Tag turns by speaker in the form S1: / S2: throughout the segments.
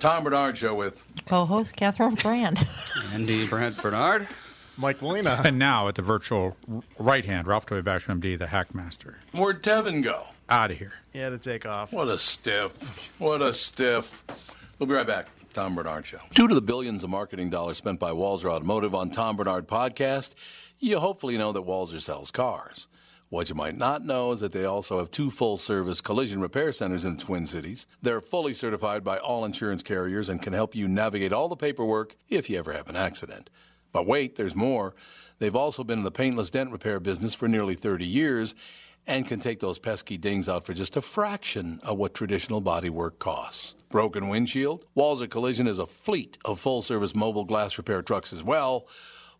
S1: Tom Bernard show with
S2: co-host Catherine Brand.
S3: Andy Brent Bernard.
S4: Mike Molina.
S5: And now at the virtual r- right hand, Ralph W. Basham MD, the hackmaster.
S1: Where'd Tevin go?
S5: Out of here.
S4: Yeah, to take off.
S1: What a stiff. What a stiff. We'll be right back. Tom Bernard Show. Due to the billions of marketing dollars spent by Walzer Automotive on Tom Bernard Podcast, you hopefully know that Walzer sells cars. What you might not know is that they also have two full service collision repair centers in the Twin Cities. They're fully certified by all insurance carriers and can help you navigate all the paperwork if you ever have an accident. But wait, there's more. They've also been in the paintless dent repair business for nearly 30 years and can take those pesky dings out for just a fraction of what traditional bodywork costs. Broken windshield? Walzer Collision is a fleet of full service mobile glass repair trucks as well.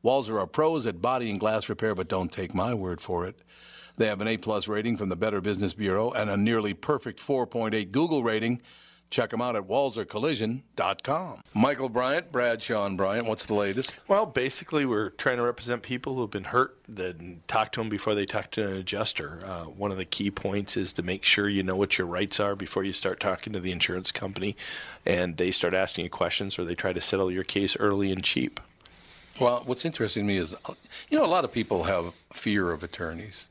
S1: Walzer are pros at body and glass repair, but don't take my word for it. They have an A plus rating from the Better Business Bureau and a nearly perfect 4.8 Google rating. Check them out at walzercollision.com. Michael Bryant, Brad Sean Bryant, what's the latest?
S6: Well, basically, we're trying to represent people who've been hurt, then talk to them before they talk to an adjuster. Uh, one of the key points is to make sure you know what your rights are before you start talking to the insurance company and they start asking you questions or they try to settle your case early and cheap.
S1: Well, what's interesting to me is, you know, a lot of people have fear of attorneys.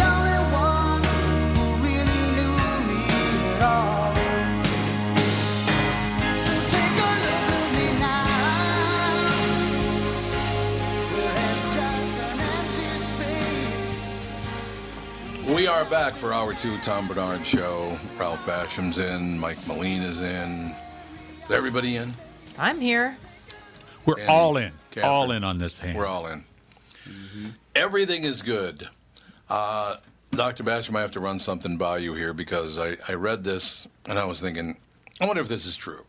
S1: We are back for hour two, Tom Bernard Show. Ralph Basham's in, Mike Molina's in. Is everybody in?
S2: I'm here.
S5: We're
S1: And
S5: all in.
S1: Catherine.
S5: All in on this hand.
S1: We're all in. Everything is good. Uh, Dr. Basham, I have to run something by you here because I, I read this and I was thinking, I wonder if this is true.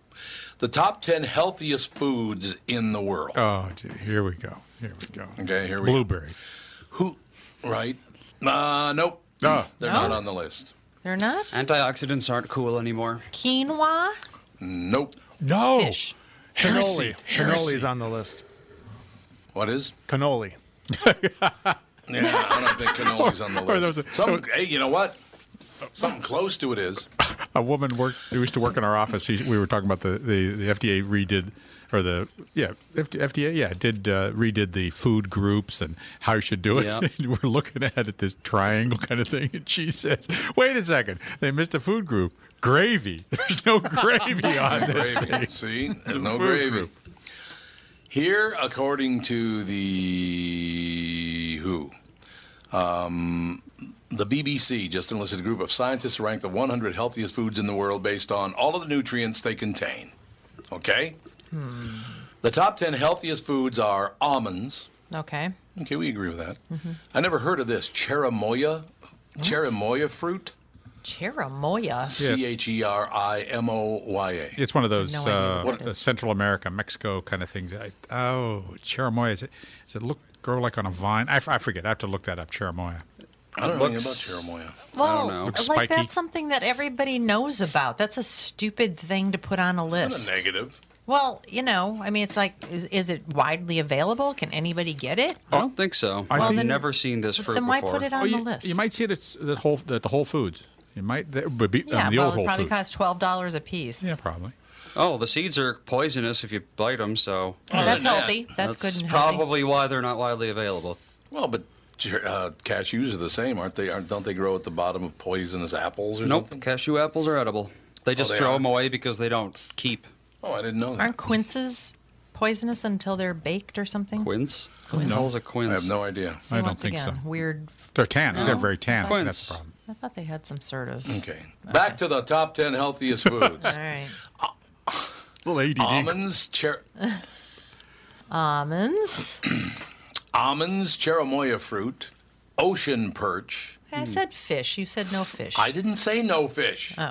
S1: The top 10 healthiest foods in the world.
S5: Oh, dude, here we go. Here we go.
S1: Okay, here we go.
S5: Blueberries.
S1: Who? Right? Uh, nope.
S5: Ah.
S1: They're
S2: No?
S1: not on the list.
S2: They're not
S3: Antioxidants aren't cool anymore.
S2: quinoa.
S1: Nope.
S5: No.
S2: Fish.
S5: Heresy.
S4: Cannoli.
S5: Heresy.
S4: Cannoli's on the list.
S1: What is?
S4: Cannoli.
S1: Yeah, I don't think cannoli's on the
S5: Or- or
S1: list.
S5: those-
S1: Some,
S5: so-
S1: hey, you know what? Something close to it is.
S5: A woman worked. Who used to work in our office. She, we were talking about the, the, the FDA redid or the yeah FD FDA yeah did uh, redid the food groups and how you should do it.
S3: Yeah.
S5: And we're looking at it this triangle kind of thing, and she says, "Wait a second, they missed a food group." Gravy. There's no gravy on this.
S1: gravy.
S5: thing."
S1: See, There's no
S5: food
S1: gravy.
S5: group.
S1: Here, according to the WHO, um, The BBC just enlisted a group of scientists to rank the 100 healthiest foods in the world based on all of the nutrients they contain. Okay?
S2: Hmm.
S1: The top 10 healthiest foods are almonds.
S2: Okay.
S1: Okay, we agree with that.
S2: Mm-hmm.
S1: I never heard of this cherimoya, cherimoya fruit.
S2: Chirimoya.
S1: C H E R I M O Y A.
S5: It's one of those
S2: no idea
S5: uh,
S2: what that
S5: uh,
S2: is.
S5: Central America, Mexico kind of things. I, oh, cherimoya. Is it, does it look grow like on a vine? I, f- I forget. I have to look that up. Cherimoya.
S1: I don't know
S3: Looks-
S1: anything about cherimoya.
S2: Whoa.
S3: don't know.
S2: Like
S3: Looks
S5: spiky.
S2: that's something that everybody knows about. That's a stupid thing to put on a
S1: Not
S2: list.
S1: a negative.
S2: Well, you know, I mean, it's like, is, is it widely available? Can anybody get it?
S3: I
S5: Oh,
S3: don't think so. I've
S5: Well,
S2: then-
S3: never seen this fruit
S2: then why
S3: before.
S2: put it on
S5: Oh, you,
S2: the list?
S5: you might see it at the Whole, at the whole Foods. You might. That would be,
S2: yeah,
S5: um, the
S2: well,
S5: old
S2: it
S5: Whole
S2: probably
S5: Foods.
S2: costs twelve dollars a piece.
S5: yeah, probably.
S3: Oh, the seeds are poisonous if you bite them, so
S2: Well, Oh, that's
S1: Yeah.
S2: healthy. That's, good and healthy.
S3: probably why they're not widely available.
S1: Well, but cher- uh, cashews are the same, aren't they? Aren't, don't they grow at the bottom of poisonous apples or
S3: Nope,
S1: something?
S3: cashew apples are edible. They just
S1: Oh, they
S3: throw 'em throw
S1: are?
S3: them away because they don't keep
S1: Oh, I didn't know that.
S2: Aren't quinces poisonous until they're baked or something?
S3: quince. What the hell's a quince?
S1: I have no idea.
S2: See,
S5: I don't
S2: once
S5: think
S2: again,
S5: so.
S2: Weird.
S5: They're tan. They're very tan.
S3: Quince.
S5: That's the problem.
S2: I thought they had some sort of.
S1: Okay. Back to the top 10 healthiest foods
S2: All right.
S5: Little ADD.
S1: almonds, cher-
S2: Almonds.
S1: almonds, cherimoya fruit, ocean perch.
S2: I said fish. You said no fish.
S1: Hmm. I didn't say no fish.
S2: Oh,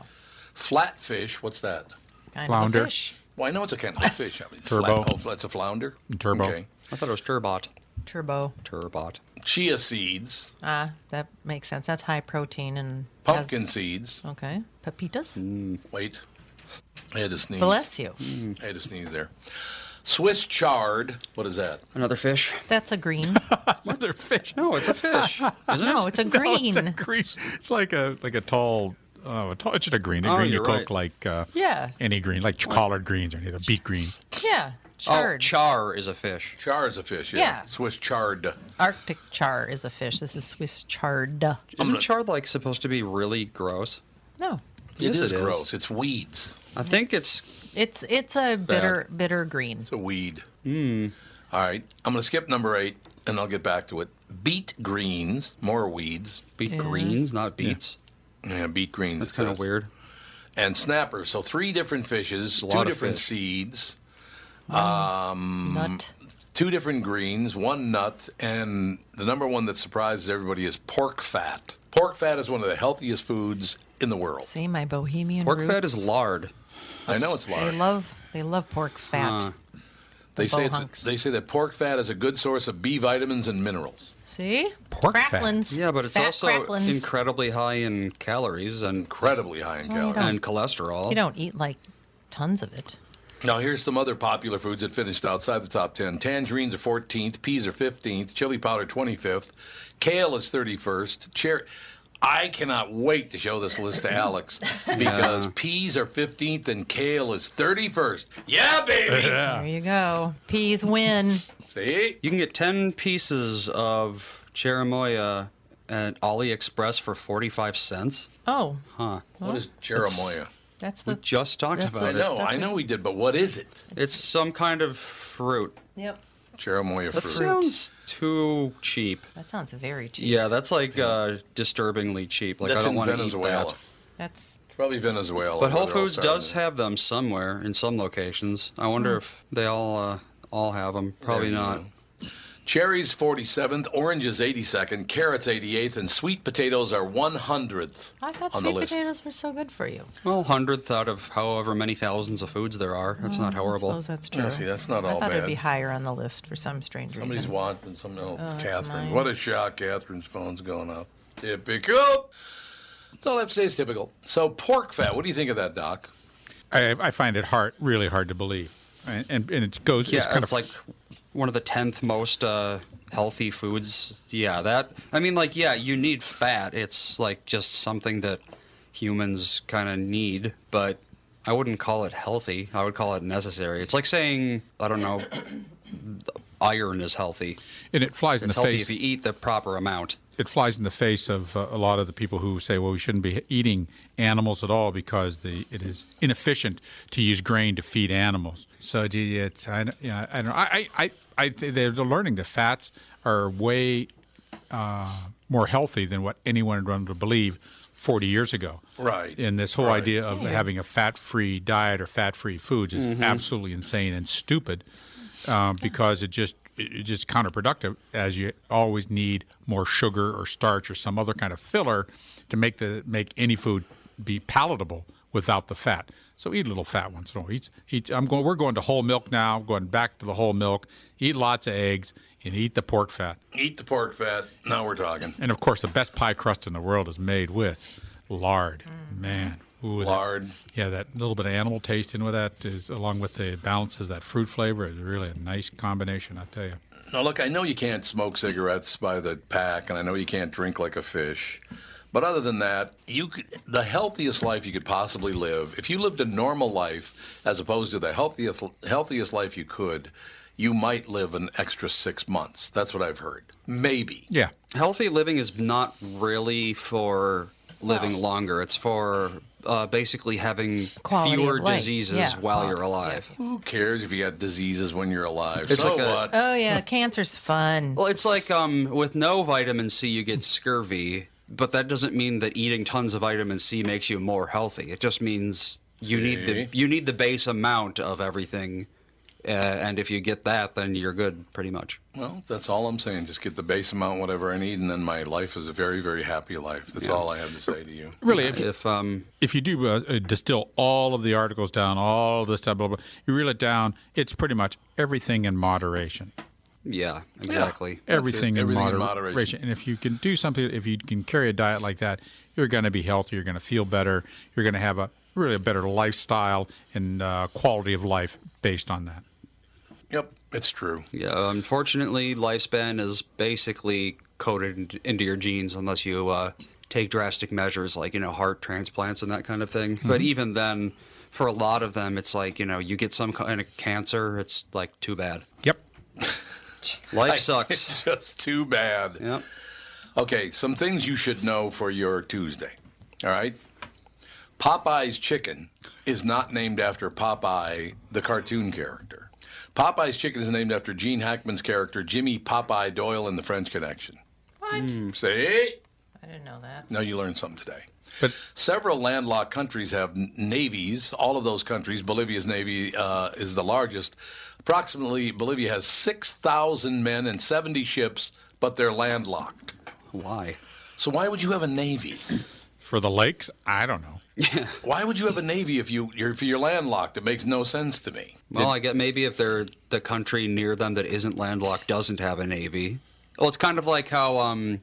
S1: Flatfish, what's that?
S2: kind
S5: Flounder.
S2: of a fish.
S1: Well, I know it's a kind of fish. I mean,
S5: Turbo.
S1: Flat, oh, that's a flounder.
S5: Turbo.
S1: Okay.
S3: I thought it was turbot.
S2: Turbo.
S3: Turbot.
S1: Chia seeds,
S2: Ah, that makes sense. That's high protein and has-
S1: pumpkin seeds.
S2: Okay. Pepitas.
S3: Mm.
S1: Wait. I had to sneeze.
S2: Bless you.
S1: I had to sneeze there. Swiss chard. What is that?
S3: Another fish.
S2: That's a green.
S5: Mother fish.
S3: No, Oh, it's a fish, isn't it?
S2: No, it's a
S5: No,
S2: green.
S5: it's a green. It's like a like a tall. Oh, a tall, it's just a green. A
S3: Oh,
S5: green you
S3: you're
S5: cook
S3: right.
S5: like uh,
S2: Yeah.
S5: any green, like collard greens or any of the beet greens.
S2: Yeah.
S3: Oh,
S2: Chard.
S3: char is a fish.
S1: Char is a fish. Yeah.
S2: Yeah.
S1: Swiss chard.
S2: Arctic char is a fish. This is Swiss chard.
S3: Isn't char like supposed to be really gross?
S2: No.
S3: Yes,
S1: it is
S3: it is.
S1: gross. It's weeds.
S3: I think it's
S2: It's it's a bitter bitter green.
S1: It's a weed.
S3: Hmm.
S1: All right. I'm going to skip number eight and I'll get back to it. Beet greens. More weeds.
S3: beet greens, not beets.
S1: Yeah, beet greens.
S3: That's
S1: it
S3: kind of
S1: says.
S3: weird.
S1: And snappers. So three different fishes,
S3: a
S1: two
S3: lot of
S1: different
S3: fish.
S1: seeds,
S2: Mm.
S1: um,
S2: Nut.
S1: two different greens, one nut, and the number one that surprises everybody is pork fat. Pork fat is one of the healthiest foods in the world.
S2: See my bohemian
S3: Pork fat
S2: roots?
S3: is lard.
S1: I know it's
S2: They
S1: large.
S2: love they love pork fat.
S3: Huh.
S1: They say it's,
S2: Bohunks.
S1: they say that pork fat is a good source of B vitamins and minerals.
S2: See?
S5: Pork fat.
S2: cracklins.
S3: Yeah, but it's
S2: Fat
S3: also
S2: cracklins.
S3: incredibly high in calories and
S1: Incredibly high in
S2: Oh, you
S1: calories.
S3: and cholesterol.
S2: You don't eat like tons of it.
S1: Now here's some other popular foods that finished outside the top ten. Tangerines are 14th, peas are 15th, chili powder 25th, kale is 31st. Cherry. I cannot wait to show this list to Alex because peas are 15th and kale is 31st. Yeah, baby.
S3: Ah.
S2: There you go. Peas win.
S1: See?
S3: You can get 10 pieces of cherimoya at AliExpress for 45 cents.
S2: Oh,
S1: What is cherimoya?
S2: that's
S3: We
S2: the
S3: just talked
S2: That's
S3: about
S1: I
S3: it.
S1: know, I know we did, but what is it?
S3: It's some kind of fruit.
S2: Yep.
S1: Cherimoya
S3: That
S1: fruit.
S3: sounds too cheap.
S2: That sounds very cheap.
S3: Yeah, that's like uh, disturbingly cheap. Like
S1: That's
S3: I don't
S1: in
S3: want to eat
S1: Venezuela.
S3: that.
S2: That's
S1: Probably Venezuela.
S3: But Whole
S1: where they're all
S3: Foods does
S1: starting to-
S3: have them somewhere in some locations. I
S2: Hmm.
S3: wonder if they all uh, all have them. Probably
S1: you
S3: not.
S1: go. Cherries 47th, oranges 82nd, carrots 88th, and sweet potatoes are 100th
S2: I thought
S1: on the
S2: sweet
S1: list.
S2: potatoes were so good for you.
S3: Well, hundredth out of however many thousands of foods there are. It's not
S2: Mm, I
S3: horrible.
S2: suppose that's true.
S1: Yeah, see, that's not
S2: I
S1: all
S2: thought it'd
S1: bad.
S2: be higher on the list for some strange
S1: Somebody's
S2: reason.
S1: wanting something else. Catherine.
S2: mine.
S1: What a shock. Catherine's phone's going up. Typical. That's all I have to say is typical. So, pork fat. What do you think of that, Doc?
S5: I, I find it hard, really hard to believe, and and, and it goes.
S3: Yeah,
S5: it's kind
S3: it's
S5: of
S3: like one of the tenth most uh, healthy foods. Yeah, that. I mean, like, yeah, you need fat. It's like just something that humans kind of need, but I wouldn't call it healthy. I would call it necessary. It's like saying, I don't know, iron is healthy.
S5: and it flies in
S3: It's
S5: the
S3: healthy if
S5: face.
S3: you eat the proper amount.
S5: it flies in the face of uh, a lot of the people who say, well, we shouldn't be eating animals at all because the, it is inefficient to use grain to feed animals. So, do you- it's, I, don't- you know, I don't know. I, I, I, I think they're learning the fats are way uh, more healthy than what anyone had run to believe 40 years ago.
S1: Right.
S5: And this whole
S1: Right.
S5: idea of having a fat-free diet or fat-free foods is absolutely insane and stupid um, because it just it it's just counterproductive as you always need more sugar or starch or some other kind of filler to make the make any food be palatable without the fat. So eat a little fat once in a while. Eat, eat, I'm going. We're going to whole milk now. I'm going back to the whole milk. Eat lots of eggs and eat the pork fat.
S1: Eat the pork fat. Now we're talking.
S5: And of course, the best pie crust in the world is made with lard. Man, Ooh, that-
S1: Lard.
S5: yeah, that little bit of animal taste in with that is, along with the balances that fruit flavor, is really a nice combination. I tell you.
S1: Now, look, I know you can't smoke cigarettes by the pack, and I know you can't drink like a fish. But other than that, you could, the healthiest life you could possibly live, if you lived a normal life as opposed to the healthiest healthiest life you could, you might live an extra six months. That's what I've heard. Maybe.
S5: Yeah,
S3: Healthy living is not really for living longer. It's for uh, basically having
S2: Quality of
S3: fewer
S2: life.
S3: diseases
S2: Yeah,
S3: while
S2: quality,
S3: you're alive.
S1: Who cares if you got diseases when you're alive?
S3: It's
S1: so
S3: like a-
S1: what?
S2: Oh yeah, cancer's fun.
S3: Well, it's like um, with no vitamin C, you get scurvy, but that doesn't mean that eating tons of vitamin C makes you more healthy. It just means you need
S1: See?
S3: the you need the base amount of everything, uh, and if you get that, then you're good pretty much.
S1: well, that's all I'm saying. Just get the base amount, whatever I need, and then my life is a very, very happy life. That's all I have to say to you.
S5: really. If,
S3: If um,
S5: if you do uh, uh, distill all of the articles down, all this stuff, blah, blah, you reel it down, it's pretty much everything in moderation.
S3: yeah, exactly.
S5: Everything, in,
S1: Everything in
S5: moder-
S1: moderation.
S5: moderation. And if you can do something, if you can carry a diet like that, you're going to be healthy. You're going to feel better. You're going to have a really a better lifestyle and uh, quality of life based on that.
S1: Yep, it's true.
S3: Yeah, unfortunately, lifespan is basically coded in- into your genes unless you uh, take drastic measures like, you know, heart transplants and that kind of thing.
S5: Mm-hmm.
S3: But even then, for a lot of them, it's like, you know, you get some kind of cancer, it's like too bad.
S5: Yep.
S3: Life
S1: It's
S3: sucks.
S1: just too bad.
S3: yep.
S1: Okay, some things you should know for your Tuesday. All right? Popeye's chicken is not named after Popeye, the cartoon character. Popeye's chicken is named after Gene Hackman's character, Jimmy Popeye Doyle in The French Connection. Hmm,
S2: What?
S1: See?
S2: I didn't know that.
S1: Now you learned something today.
S5: But
S1: Several landlocked countries have n- navies. All of those countries, Bolivia's navy uh, is the largest. Approximately, Bolivia has 6,000 men and 70 ships, but they're landlocked.
S3: Why?
S1: So why would you have a navy?
S5: for the lakes, I don't know.
S1: Why would you have a navy if you you're, if you're landlocked? It makes no sense to me.
S3: Well, I get maybe if they're the country near them that isn't landlocked doesn't have a navy. Well, it's kind of like how um,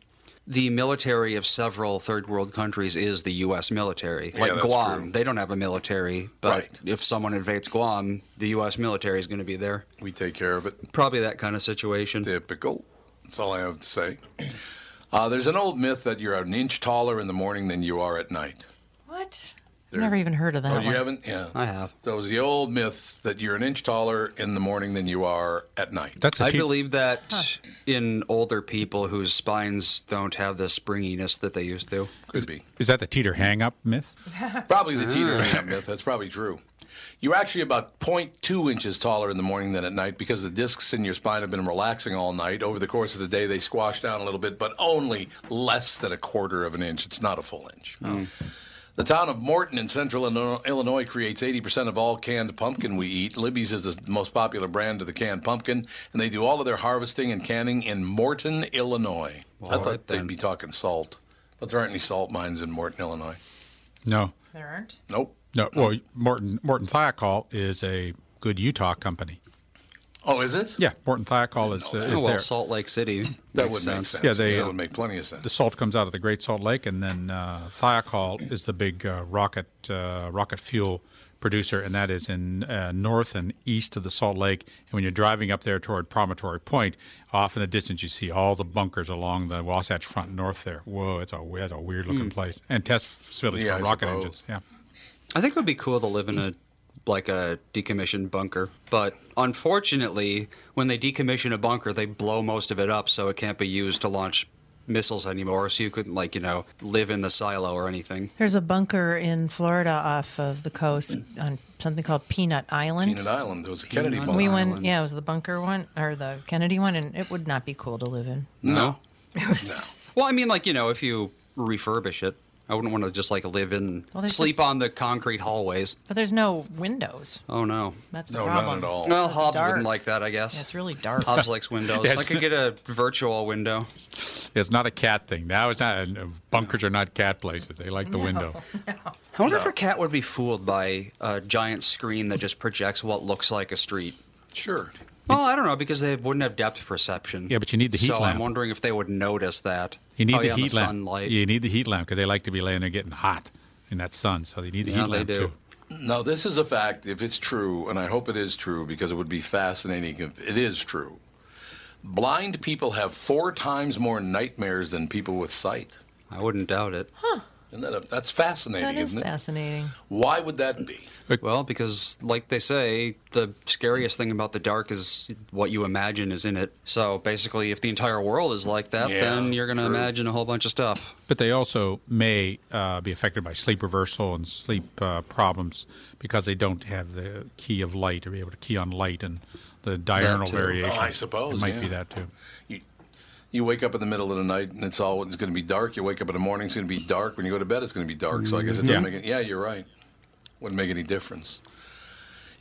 S3: the military of several third world countries is the U.S. military. Like
S1: that's
S3: Guam,
S1: true.
S3: they don't have a military, but
S1: Right.
S3: if someone invades Guam, the U.S. military is going to be there.
S1: We take care of it.
S3: Probably that kind of situation.
S1: Typical. That's all I have to say. Uh, there's an old myth that you're an inch taller in the morning than you are at night.
S2: What? I've never even heard of that.
S1: Oh,
S2: one.
S1: you haven't? Yeah.
S3: I have.
S1: That was the old myth that you're an inch taller in the morning than you are at night.
S5: That's a
S3: I
S5: te-
S3: believe that in older people whose spines don't have the springiness that they used to.
S1: Could be.
S5: Is that the teeter hang up myth?
S1: Probably the teeter hand myth. That's probably true. You're actually about 0.2 inches taller in the morning than at night because the discs in your spine have been relaxing all night. Over the course of the day, they squash down a little bit, but only less than a quarter of an inch. It's not a full inch.
S3: Hmm.
S1: The town of Morton in central Illino- Illinois creates 80% of all canned pumpkin we eat. Libby's is the most popular brand of the canned pumpkin, and they do all of their harvesting and canning in Morton, Illinois. I
S3: right
S1: thought they'd
S3: then.
S1: be talking salt, but there aren't any salt mines in Morton, Illinois.
S5: No.
S2: There aren't.
S1: Nope.
S5: No. Well, Morton Morton Thiokol is a good Utah company.
S1: Oh, is it?
S5: Yeah, Morton Thiokol is, uh,
S3: Oh,
S5: is
S3: well,
S5: there.
S3: Salt Lake City.
S1: That would
S3: makes
S1: make sense.
S5: Yeah, they-
S1: that would make plenty of
S5: The
S1: sense.
S5: salt comes out of the Great Salt Lake, and then uh, Thiokol is the big uh, rocket uh, rocket fuel producer, and that is in uh, north and east of the Salt Lake. And when you're driving up there toward Promontory Point, off in the distance you see all the bunkers along the Wasatch Front north there. Whoa, it's a that's a weird looking place, and test facilities
S1: Hmm. Yeah,
S5: for
S1: I
S5: rocket
S1: suppose.
S5: engines. Yeah.
S3: I think it would be cool to live in a like a decommissioned bunker, but unfortunately, when they decommission a bunker, they blow most of it up, so it can't be used to launch missiles anymore. So you couldn't like you know live in the silo or anything.
S2: There's a bunker in Florida off of the coast on something called Peanut Island.
S1: Peanut Island. There was a Kennedy
S3: Peanut
S1: bomb.
S2: we
S3: Island.
S2: went, yeah, it was the bunker one or the Kennedy one, and it would not be cool to live in.
S1: No.
S3: Well, I mean, like you know, if you refurbish it, I wouldn't want to just like live in
S2: Well, there's
S3: sleep
S2: just-
S3: on the concrete hallways.
S2: But there's no windows.
S3: Oh no.
S2: That's the
S1: No,
S2: problem.
S1: not at all.
S3: Well,
S2: It's
S3: Hobbs
S2: dark.
S3: wouldn't like that, I guess.
S2: Yeah, it's really dark.
S3: Hobbs likes windows.
S5: Yes.
S3: I could get a virtual window.
S5: It's not a cat thing. Now it's not. uh, Bunkers are not cat places. They like the window.
S3: I wonder if a cat would be fooled by a giant screen that just projects what looks like a street.
S1: Sure.
S3: Well, I don't know because they wouldn't have depth perception.
S5: Yeah, but you need the heat
S3: so
S5: lamp.
S3: I'm wondering if they would notice that.
S5: You need
S3: oh,
S5: the
S3: yeah, and
S5: heat
S3: the
S5: lamp.
S3: Sunlight.
S5: You need the heat lamp because they like to be laying there getting hot in that sun. So they need the
S3: Yeah,
S5: heat
S3: they
S5: lamp
S3: do.
S5: too.
S1: Now, this is a fact, if it's true, and I hope it is true because it would be fascinating if it is true. Blind people have four times more nightmares than people with sight.
S3: I wouldn't doubt it.
S1: Isn't that a, that's fascinating,
S2: That is
S1: isn't it?
S2: fascinating.
S1: Why would that be?
S3: Well, because like they say, the scariest thing about the dark is what you imagine is in it. So basically, if the entire world is like that,
S1: Yeah,
S3: then you're going to
S1: true.
S3: imagine a whole bunch of stuff.
S5: But they also may uh, be affected by sleep reversal and sleep uh, problems because they don't have the key of light or be able to key on light and the diurnal
S3: too.
S5: variation.
S1: Oh, I suppose,
S5: it might
S1: yeah.
S5: be that too.
S1: You, you wake up in the middle of the night and it's all it's going to be dark. You wake up in the morning, it's going to be dark. When you go to bed, it's going to be dark. So I guess it doesn't
S5: Yeah.
S1: make it. Yeah, you're right. Wouldn't make any difference.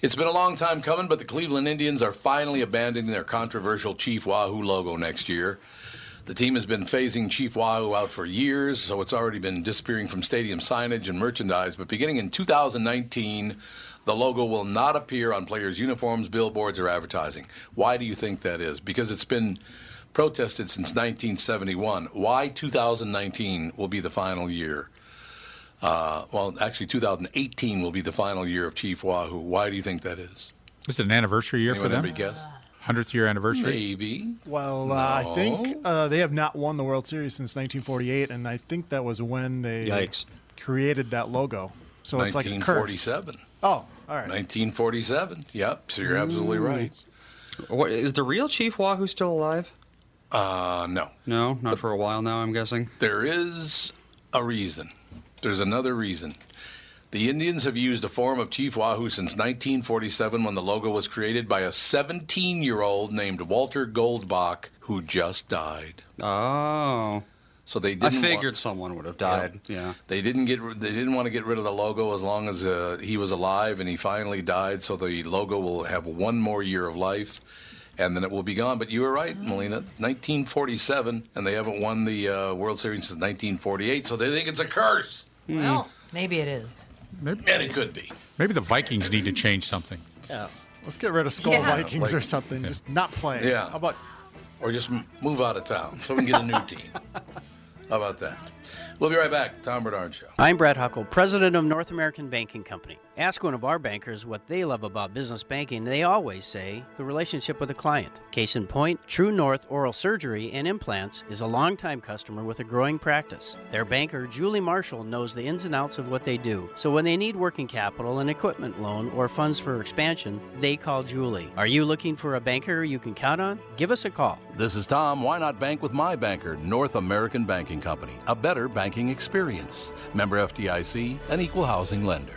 S1: It's been a long time coming, but the Cleveland Indians are finally abandoning their controversial Chief Wahoo logo next year. The team has been phasing Chief Wahoo out for years, so it's already been disappearing from stadium signage and merchandise. But beginning in 2019, the logo will not appear on players' uniforms, billboards, or advertising. Why do you think that is? Because it's been protested since 1971. Why 2019 will be the final year? Uh, well, actually, 2018 will be the final year of Chief Wahoo. Why do you think that is?
S5: Is it an anniversary year
S1: Anyone
S5: for
S1: have
S5: them?
S1: a guess?
S5: Hundredth year anniversary.
S1: Maybe.
S4: Well, uh, I think
S1: No.
S4: uh, they have not won the World Series since 1948, and I think that was when they
S3: Yikes.
S4: created that logo. So it's like a curse.
S1: 1947.
S4: Oh, all right.
S1: 1947. Yep. So you're absolutely right.
S3: Hmm. What is the real Chief Wahoo still alive?
S1: Uh, no.
S3: No, not for a while now. I'm guessing.
S1: There is a reason. There's another reason. The Indians have used a form of Chief Wahoo since 1947 when the logo was created by a 17 year old named Walter Goldbach, who just died.
S3: Oh,
S1: So they
S3: I
S1: didn't. wa-
S3: figured someone would have died. Yeah.
S1: They didn't get. rid- They didn't want to get rid of the logo as long as uh, he was alive, and he finally died. So the logo will have one more year of life, and then it will be gone. But you were right, Melina. 1947, and they haven't won the uh, World Series since 1948. So they think it's a curse,
S2: Well, maybe it is.
S5: Maybe,
S1: and it could be.
S5: maybe the Vikings need to change something.
S4: Yeah. Let's get rid of Skull
S2: Yeah.
S4: Vikings or
S1: Like-
S4: something. Just not play.
S1: Yeah.
S4: How about
S1: or just m- move out of town so we can get a new team. How about that? We'll be right back. Tom Bernard Show.
S7: I'm Brad Huckle, president of North American Banking Company. Ask one of our bankers what they love about business banking, and they always say the relationship with the client. Case in point, True North Oral Surgery and Implants is a longtime customer with a growing practice. Their banker, Julie Marshall, knows the ins and outs of what they do. So when they need working capital, an equipment loan, or funds for expansion, they call Julie. Are you looking for a banker you can count on? Give us a call.
S1: This is Tom. Why not bank with my banker, North American Banking Company? A better banking experience. Member FDIC, an equal housing lender.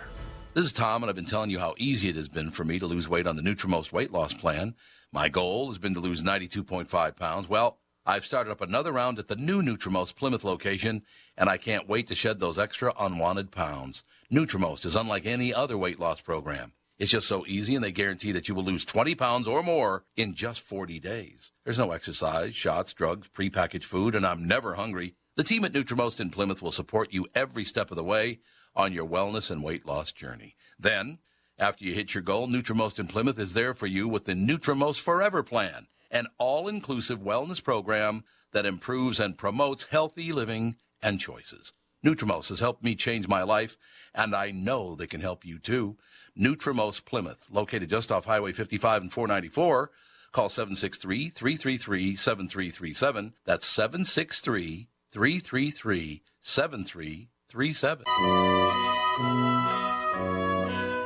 S1: This is Tom, and I've been telling you how easy it has been for me to lose weight on the Nutrimost weight loss plan. My goal has been to lose 92.5 pounds. Well, I've started up another round at the new Nutrimost Plymouth location, and I can't wait to shed those extra unwanted pounds. Nutrimost is unlike any other weight loss program. It's just so easy, and they guarantee that you will lose 20 pounds or more in just 40 days. There's no exercise, shots, drugs, prepackaged food, and I'm never hungry. The team at Nutrimost in Plymouth will support you every step of the way on your wellness and weight loss journey. Then, after you hit your goal, Nutrimost in Plymouth is there for you with the Nutrimost Forever Plan, an all-inclusive wellness program that improves and promotes healthy living and choices. Nutrimost has helped me change my life, and I know they can help you too. Nutrimost Plymouth, located just off Highway 55 and 494. Call 763 333 7337. That's 763 333 7337.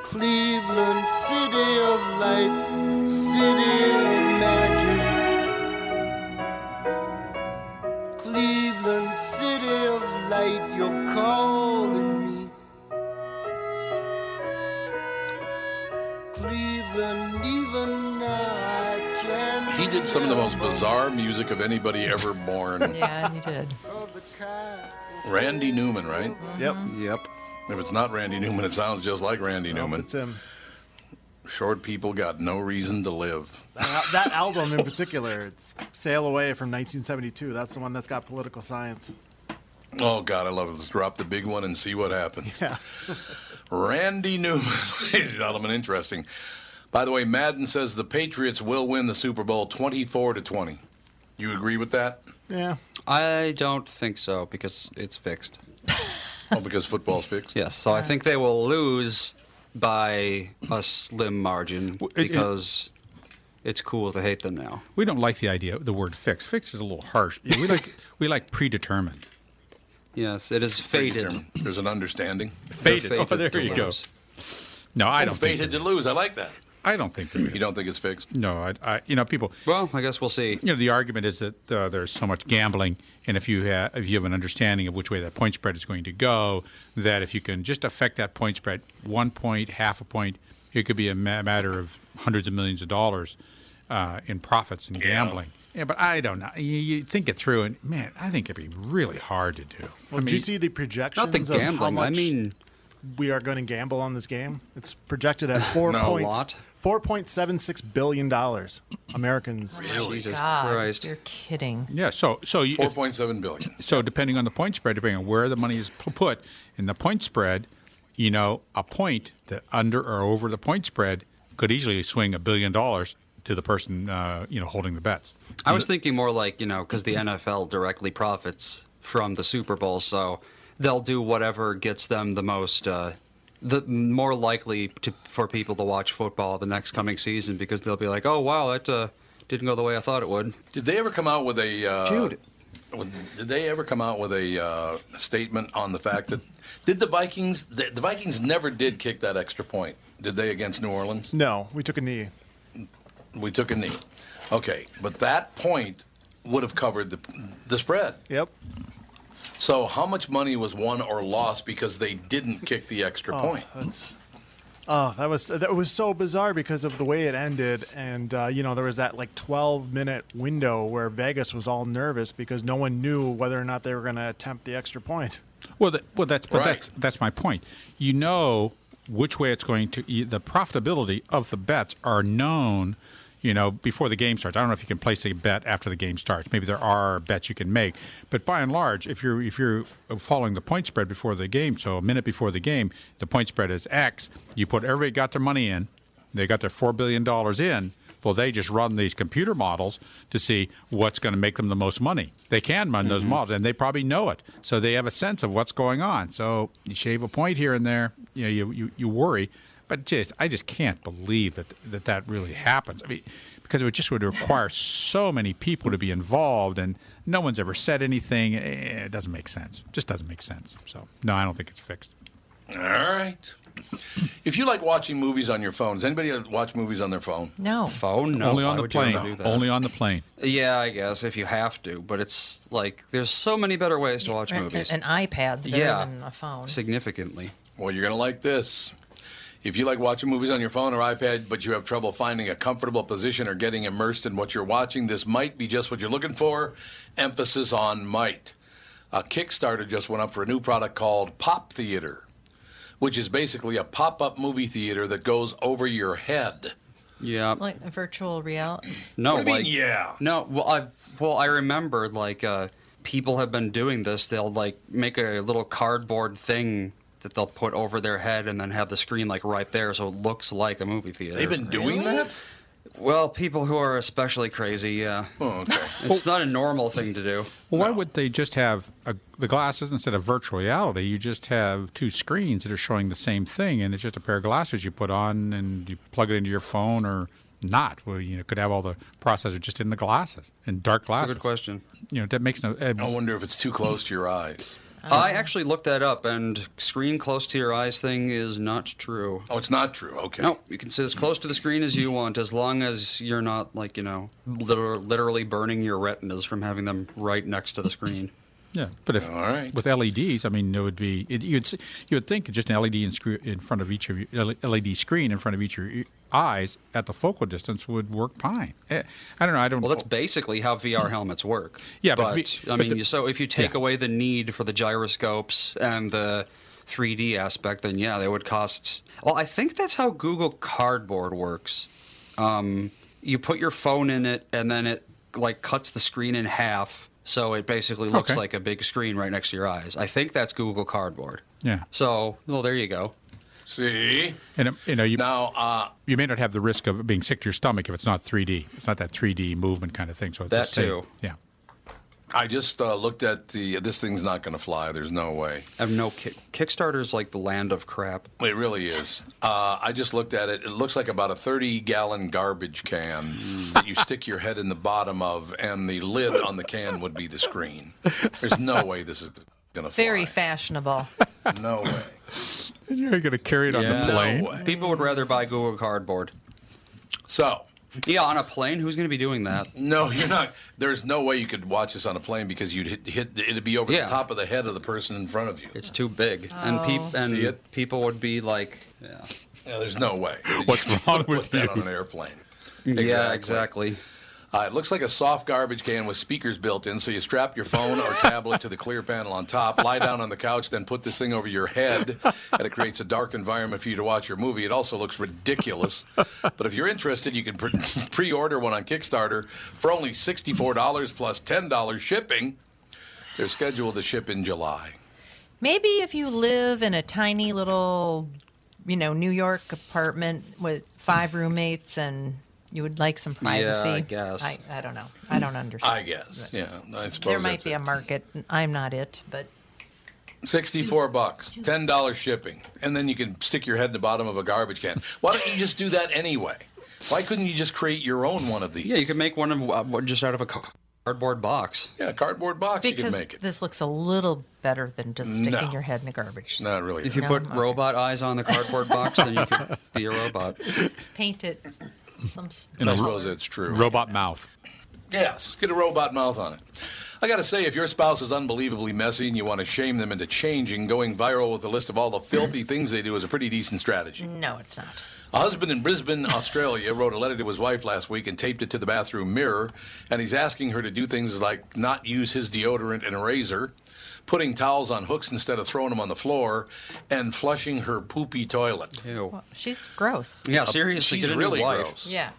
S8: Cleveland, city of light, city of magic. Cleveland, city of light, you're calling me. Cleveland, even now I can
S1: He did some of the most bizarre music of anybody ever born.
S2: yeah, you did.
S1: Randy Newman, right?
S4: Yep.
S3: Yep.
S1: If it's not Randy Newman, it sounds just like Randy Newman. It's
S4: him.
S1: Short people got no reason to live.
S4: That, that album in particular, it's Sail Away from 1972. That's the one that's got political science.
S1: Oh God, I love it. Let's drop the big one and see what happens. Yeah. Randy Newman, ladies and gentlemen, interesting. By the way, Madden says the Patriots will win the Super Bowl 24 to 20. You agree with that?
S4: Yeah.
S3: I don't think so because it's fixed.
S1: oh, because football's fixed.
S3: Yes, so I think they will lose by a slim margin
S5: it-
S3: because it's cool to hate them now.
S5: We don't like the idea, the word fix. Fix is a little harsh. We like we like predetermined.
S3: Yes, it is fated.
S1: There's an understanding.
S5: Fated. Oh, there you go. No, I
S1: And
S5: don't think
S1: Fated to lose. I like that.
S5: I don't think there is.
S1: You don't think it's fixed?
S5: No, I, I you know people.
S3: Well, I guess we'll see.
S5: You know, the argument is that uh, there's so much gambling, and if you have if you have an understanding of which way that point spread is going to go, that if you can just affect that point spread one point, half a point, it could be a ma- matter of hundreds of millions of dollars uh, in profits and gambling. Yeah, but I don't know. You, you think it through, and man, I think it'd be really hard to do. I
S4: Well, do you
S5: mean-
S4: see the projections of how
S5: gambling, I
S4: much
S5: mean-
S4: we are going to gamble on this game? It's projected at four
S3: No, a
S4: points,
S3: lot.
S4: four point seven six billion dollars. Americans.
S3: Jesus
S2: God,
S3: Christ.
S2: You're kidding.
S5: Yeah, so so you,
S1: Four point seven billion.
S5: So depending on the point spread, depending on where the money is pu- put in the point spread, you know, a point that under or over the point spread could easily swing a billion dollars to the person uh, you know holding the bets.
S3: I was thinking more like, you know, because the NFL directly profits from the Super Bowl, so they'll do whatever gets them the most, uh, the more likely to, for people to watch football the next coming season because they'll be like, oh, wow, that uh, didn't go the way I thought it would.
S1: Did they ever come out with a? Uh,
S3: Dude.
S1: with- Did they ever come out with a uh, statement on the fact that did the Vikings? The, the Vikings never did kick that extra point. Did they against New Orleans?
S4: No, we took a knee.
S1: We took a knee. Okay, but that point would have covered the the spread.
S4: Yep.
S1: So how much money was won or lost because they didn't kick the extra
S4: Oh,
S1: point?
S4: That's oh, that was that was so bizarre because of the way it ended, and uh, you know there was that like twelve minute window where Vegas was all nervous because no one knew whether or not they were going to attempt the extra point.
S5: Well, that, well, that's but
S4: Right.
S5: that's that's my point. You know which way it's going to. e, The profitability of the bets are known. You know before the game starts. I don't know if you can place a bet after the game starts. Maybe there are bets you can make, but by and large, if you're if you're following the point spread before the game, so a minute before the game, the point spread is X. You put everybody got their money in. They got their four billion dollars in. Well, they just run these computer models to see what's going to make them the most money. They can run those models, and they probably know it, so they have a sense of what's going on. So you shave a point here and there. You know, you you, you worry, but just I just can't believe that that that really happens. I mean, because it would just would require so many people to be involved, and no one's ever said anything. Eh, It doesn't make sense. Just doesn't make sense. So no, I don't think it's fixed.
S1: All right. If you like watching movies on your phone, does anybody watch movies on their phone?
S2: No.
S3: Phone? No.
S5: only
S3: why
S5: on the
S3: would you ever
S5: plane.
S3: do that?
S5: Only on the plane.
S3: Yeah, I guess if you have to, but it's like there's so many better ways to watch
S2: An,
S3: movies.
S2: an iPad's better
S3: Yeah.
S2: than a phone.
S3: Significantly.
S1: Well, you're going to like this. If you like watching movies on your phone or iPad, but you have trouble finding a comfortable position or getting immersed in what you're watching, this might be just what you're looking for. Emphasis on might. A Kickstarter just went up for a new product called Pop Theater, which is basically a pop up movie theater that goes over your head.
S3: Yeah.
S2: Like virtual reality.
S3: No,
S1: What do you
S3: Oh, like
S1: mean, yeah.
S3: No, well I well I remember like uh, people have been doing this. They'll like make a little cardboard thing that they'll put over their head and then have the screen like right there, so it looks like a movie theater.
S1: They've been doing that?
S3: Well, people who are especially crazy, yeah.
S1: Oh, okay.
S3: It's not a normal thing to do.
S5: Well, why would they just have a, the glasses instead of virtual reality? You just have two screens that are showing the same thing, and it's just a pair of glasses you put on and you plug it into your phone or not. Well, you know, could have all the processor just in the glasses and dark
S3: It's
S5: glasses.
S3: a good question.
S5: You know, that makes no. Uh,
S1: I wonder if it's too close to your eyes.
S3: I actually looked that up, and screen close to your eyes thing is not true.
S1: Oh, it's not true. Okay.
S3: No, you can sit as close to the screen as you want, as long as you're not like you know, liter- literally burning your retinas from having them right next to the screen.
S5: Yeah, but if
S1: All right.
S5: with LEDs, I mean, it would be it, you'd s- you would think just an LED in, scre- in front of each of your E, LED screen in front of each of your e, eyes at the focal distance would work fine. Eh, I don't know. I don't.
S3: Well, that's basically how VR helmets work.
S5: Yeah,
S3: but,
S5: but V-
S3: I
S5: but
S3: mean,
S5: the-
S3: you so if you take
S5: yeah.
S3: away the need for the gyroscopes and the 3D aspect, then yeah, they would cost. Well, I think that's how Google Cardboard works. Um, you put your phone in it, and then it like cuts the screen in half, so it basically looks
S5: Okay.
S3: like a big screen right next to your eyes. I think that's Google Cardboard.
S5: Yeah.
S3: So, well, there you go.
S1: See?
S5: and um, you know you
S1: Now, uh,
S5: you may not have the risk of being sick to your stomach if it's not 3D. It's not that 3D movement kind of thing. So it's
S3: That
S5: the same-
S3: too.
S5: Yeah.
S1: I just uh, looked at the. This thing's not going to fly. There's no way.
S3: I have no kick. Kickstarter's like the land of crap.
S1: It really is. Uh, I just looked at it. It looks like about a 30 gallon garbage can
S3: Mm.
S1: that you stick your head in the bottom of, and the lid on the can would be the screen. There's no way this is going to fly.
S2: Very fashionable.
S1: No way.
S5: You're going to carry it on
S3: Yeah.
S5: the plane.
S1: No way.
S3: People would rather buy Google Cardboard.
S1: So,
S3: Yeah, on a plane, who's going to be doing that?
S1: no, you're not. There's no way you could watch this on a plane because you'd hit, hit it'd be over
S3: Yeah.
S1: the top of the head of the person in front of you.
S3: It's too big, and
S2: Oh.
S3: peop-
S1: See
S3: and
S1: it?
S3: people would be like, yeah,
S1: Yeah, there's no way.
S5: What's
S1: You
S5: wrong
S1: couldn't
S5: with
S1: put that on
S5: you?
S1: an airplane?
S3: yeah, exactly.
S1: Uh, it looks like a soft garbage can with speakers built in, so you strap your phone or tablet to the clear panel on top, lie down on the couch, then put this thing over your head, and it creates a dark environment for you to watch your movie. It also looks ridiculous, but if you're interested, you can pre- pre-order one on Kickstarter for only sixty-four dollars plus ten dollars shipping. They're scheduled to ship in July.
S2: Maybe if you live in a tiny little, you know, New York apartment with five roommates and you would like some privacy.
S3: I guess.
S2: I, I don't know. I don't understand.
S1: I guess. Yeah, I suppose
S2: there might
S1: that's
S2: be
S1: it.
S2: a market. I'm not it, but
S1: 64 bucks, $10 shipping, and then you can stick your head in the bottom of a garbage can. Why don't you just do that anyway? Why couldn't you just create your own one of these?
S3: Yeah, you could make one of uh, one just out of a ca- cardboard box.
S1: Yeah, cardboard box, you
S2: because
S1: can make it.
S2: this looks a little better than just sticking
S1: No.
S2: your head in a garbage.
S1: Not really.
S3: If you
S2: No,
S3: put
S2: okay.
S3: robot eyes on the cardboard box, then you could be a robot.
S2: Paint it. Some s-
S1: I
S5: a
S1: suppose
S2: color.
S1: that's true.
S5: Robot mouth.
S1: Yes, get a robot mouth on it. I gotta say, if your spouse is unbelievably messy and you want to shame them into changing, going viral with a list of all the filthy things they do is a pretty decent strategy.
S2: No, it's not.
S1: A husband in Brisbane, Australia, wrote a letter to his wife last week and taped it to the bathroom mirror. And he's asking her to do things like not use his deodorant and a razor, putting towels on hooks instead of throwing them on the floor, and flushing her poopy toilet.
S3: Ew.
S2: She's gross.
S3: Yeah, seriously,
S1: She's
S3: get a
S1: really
S3: new wife.
S1: gross.
S2: Yeah.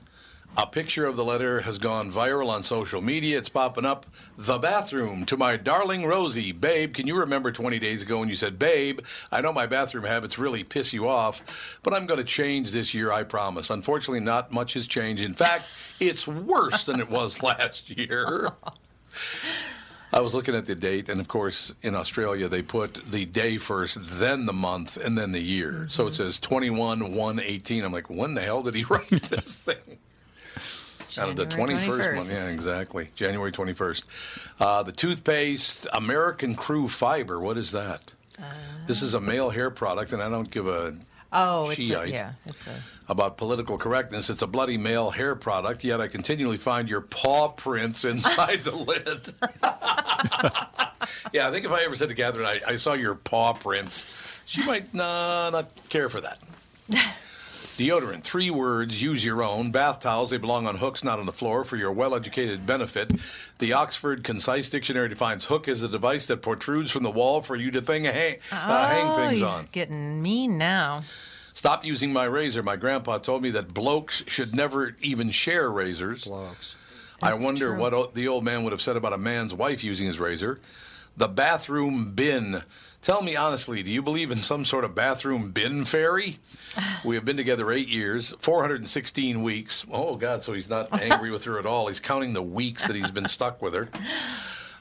S1: A picture of the letter has gone viral on social media. It's popping up. The bathroom to my darling Rosie. Babe, can you remember 20 days ago when you said, Babe, I know my bathroom habits really piss you off, but I'm going to change this year, I promise. Unfortunately, not much has changed. In fact, it's worse than it was last year. I was looking at the date, and of course, in Australia, they put the day first, then the month, and then the year. So it says 21 1 18. I'm like, when the hell did he write this thing? Out of the
S2: January
S1: 21st, month. Yeah, exactly. January 21st. Uh, the toothpaste, American Crew Fiber. What is that? this is a male hair product, and I don't give a
S2: Oh, it's a,
S1: Shiite.
S2: yeah. It's a.
S1: about political correctness. It's a bloody male hair product, yet I continually find your paw prints inside the lid. yeah, I think if I ever said to Catherine, I, I saw your paw prints, she might nah, not care for that. Deodorant, three words, use your own. Bath towels, they belong on hooks, not on the floor, for your well educated benefit. The Oxford Concise Dictionary defines hook as a device that protrudes from the wall for you to thing, hang, uh, hang
S2: Oh,
S1: things
S2: he's
S1: on.
S2: getting mean now.
S1: Stop using my razor. My grandpa told me that blokes should never even share razors.
S3: Blokes.
S1: I
S2: That's
S1: wonder
S2: true.
S1: what o- the old man would have said about a man's wife using his razor. The bathroom bin. Tell me honestly, do you believe in some sort of bathroom bin fairy? We have been together eight years, 416 weeks. Oh, God, so he's not angry with her at all. He's counting the weeks that he's been stuck with her.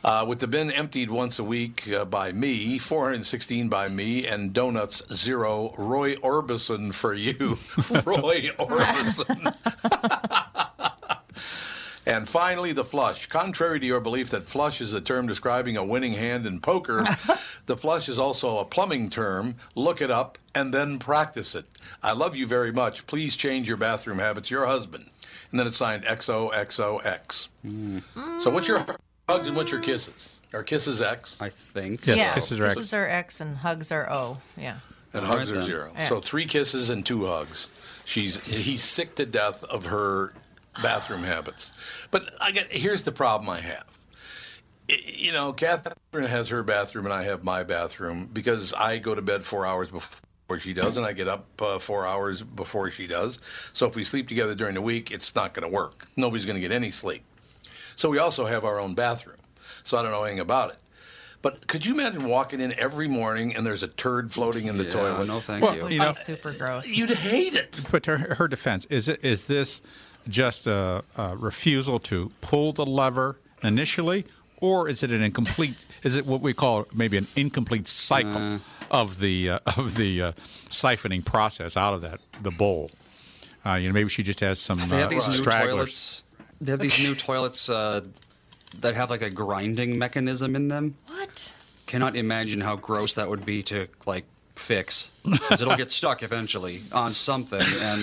S1: Uh, with the bin emptied once a week uh, by me, 416 by me, and donuts zero, Roy Orbison for you. Roy Orbison. and finally, the flush. Contrary to your belief that flush is a term describing a winning hand in poker, the flush is also a plumbing term. Look it up and then practice it. I love you very much. Please change your bathroom habits. Your husband.
S5: Hmm.
S1: And then it's signed XOXOX. So what's your hugs and what's your kisses? Or Kisses X
S3: I think.
S5: Yes,
S2: yeah.
S5: kisses are X.
S2: Kisses are X and hugs are O. Yeah.
S1: and
S3: All right
S1: hugs are
S3: then.
S1: zero.
S2: Yeah.
S1: So three kisses and two hugs. She's he's sick to death of her bathroom habits. But I got here's the problem I have. I- You know, Catherine has her bathroom and I have my bathroom because I go to bed four hours before she does, and I get up uh, four hours before she does. So if we sleep together during the week, it's not going to work. Nobody's going to get any sleep. So we also have our own bathroom. So I don't know anything about it. But could you imagine walking in every morning and there's a turd floating in the
S3: Yeah,
S1: toilet?
S3: No, thank
S5: Well,
S3: you.
S2: Would
S5: You
S2: be
S5: know-
S2: super gross.
S1: You'd hate it.
S5: But to her her defense, is it is this just a, a refusal to pull the lever initially, or is it an incomplete? is it what we call maybe an incomplete cycle
S3: Mm.
S5: of the uh, of the uh, siphoning process out of that the bowl? Uh, you know, maybe she just has some
S3: They have
S5: uh,
S3: these new
S5: stragglers.
S3: toilets. They have these new toilets uh, that have like a grinding mechanism in them.
S2: What?
S3: Cannot imagine how gross that would be to like fix, because it'll get stuck eventually on something. And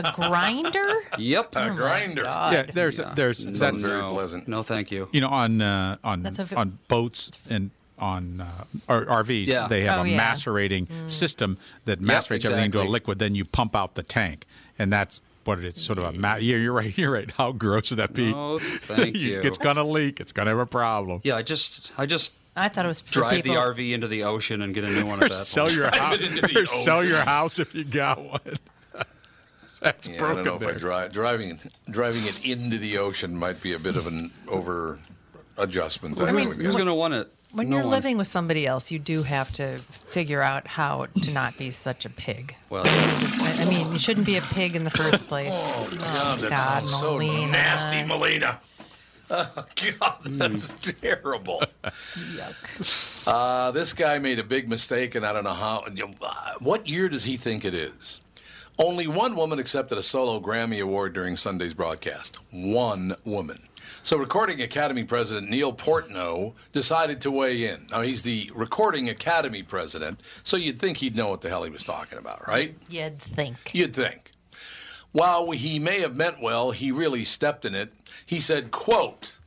S2: A oh grinder?
S3: yep.
S1: A grinder.
S5: Yeah, there's there's
S1: Sounds
S5: that's
S1: very
S3: no,
S1: pleasant.
S3: No, thank you.
S5: you know on uh, on
S2: That's a v-
S5: on boats and on uh, or RVs
S3: Yeah.
S5: they have
S2: Oh,
S5: a
S2: yeah.
S5: macerating system that macerates everything into a
S3: exactly.
S5: liquid then you pump out the tank and that's what it is sort of a ma- yeah you're right you're right how gross would that be
S3: No, thank you.
S5: it's gonna leak it's gonna have a problem
S3: Yeah, I just I just
S2: I thought it was for
S3: drive
S2: people.
S3: the RV into the ocean and get a new one at that point.
S5: sell your house
S1: it into the
S5: or sell
S1: ocean.
S5: your house if you got one that's
S1: Yeah, I don't
S5: broken
S1: know if I
S5: there.
S1: drive driving it driving it into the ocean might be a bit of an over adjustment. I
S3: Who's-
S1: would
S3: who's
S1: guess.
S3: gonna want it?
S2: When
S3: No
S2: you're
S3: one.
S2: living with somebody else, you do have to figure out how to not be such a pig.
S3: Well, yeah.
S2: Just- I mean, you shouldn't be a pig in the first place. Oh,
S1: God, that sounds so
S2: Melina.
S1: nasty, Melina. Oh, God, that's terrible. Uh, this guy made a big mistake, and I don't know how. What year does he think it is? Only one woman accepted a solo Grammy Award during Sunday's broadcast. One woman. So, Recording Academy President Neil Portnow decided to weigh in. Now, he's the Recording Academy president, so you'd think he'd know what the hell he was talking about, right?
S2: You'd think.
S1: You'd think. While he may have meant well, he really stepped in it. He said, quote,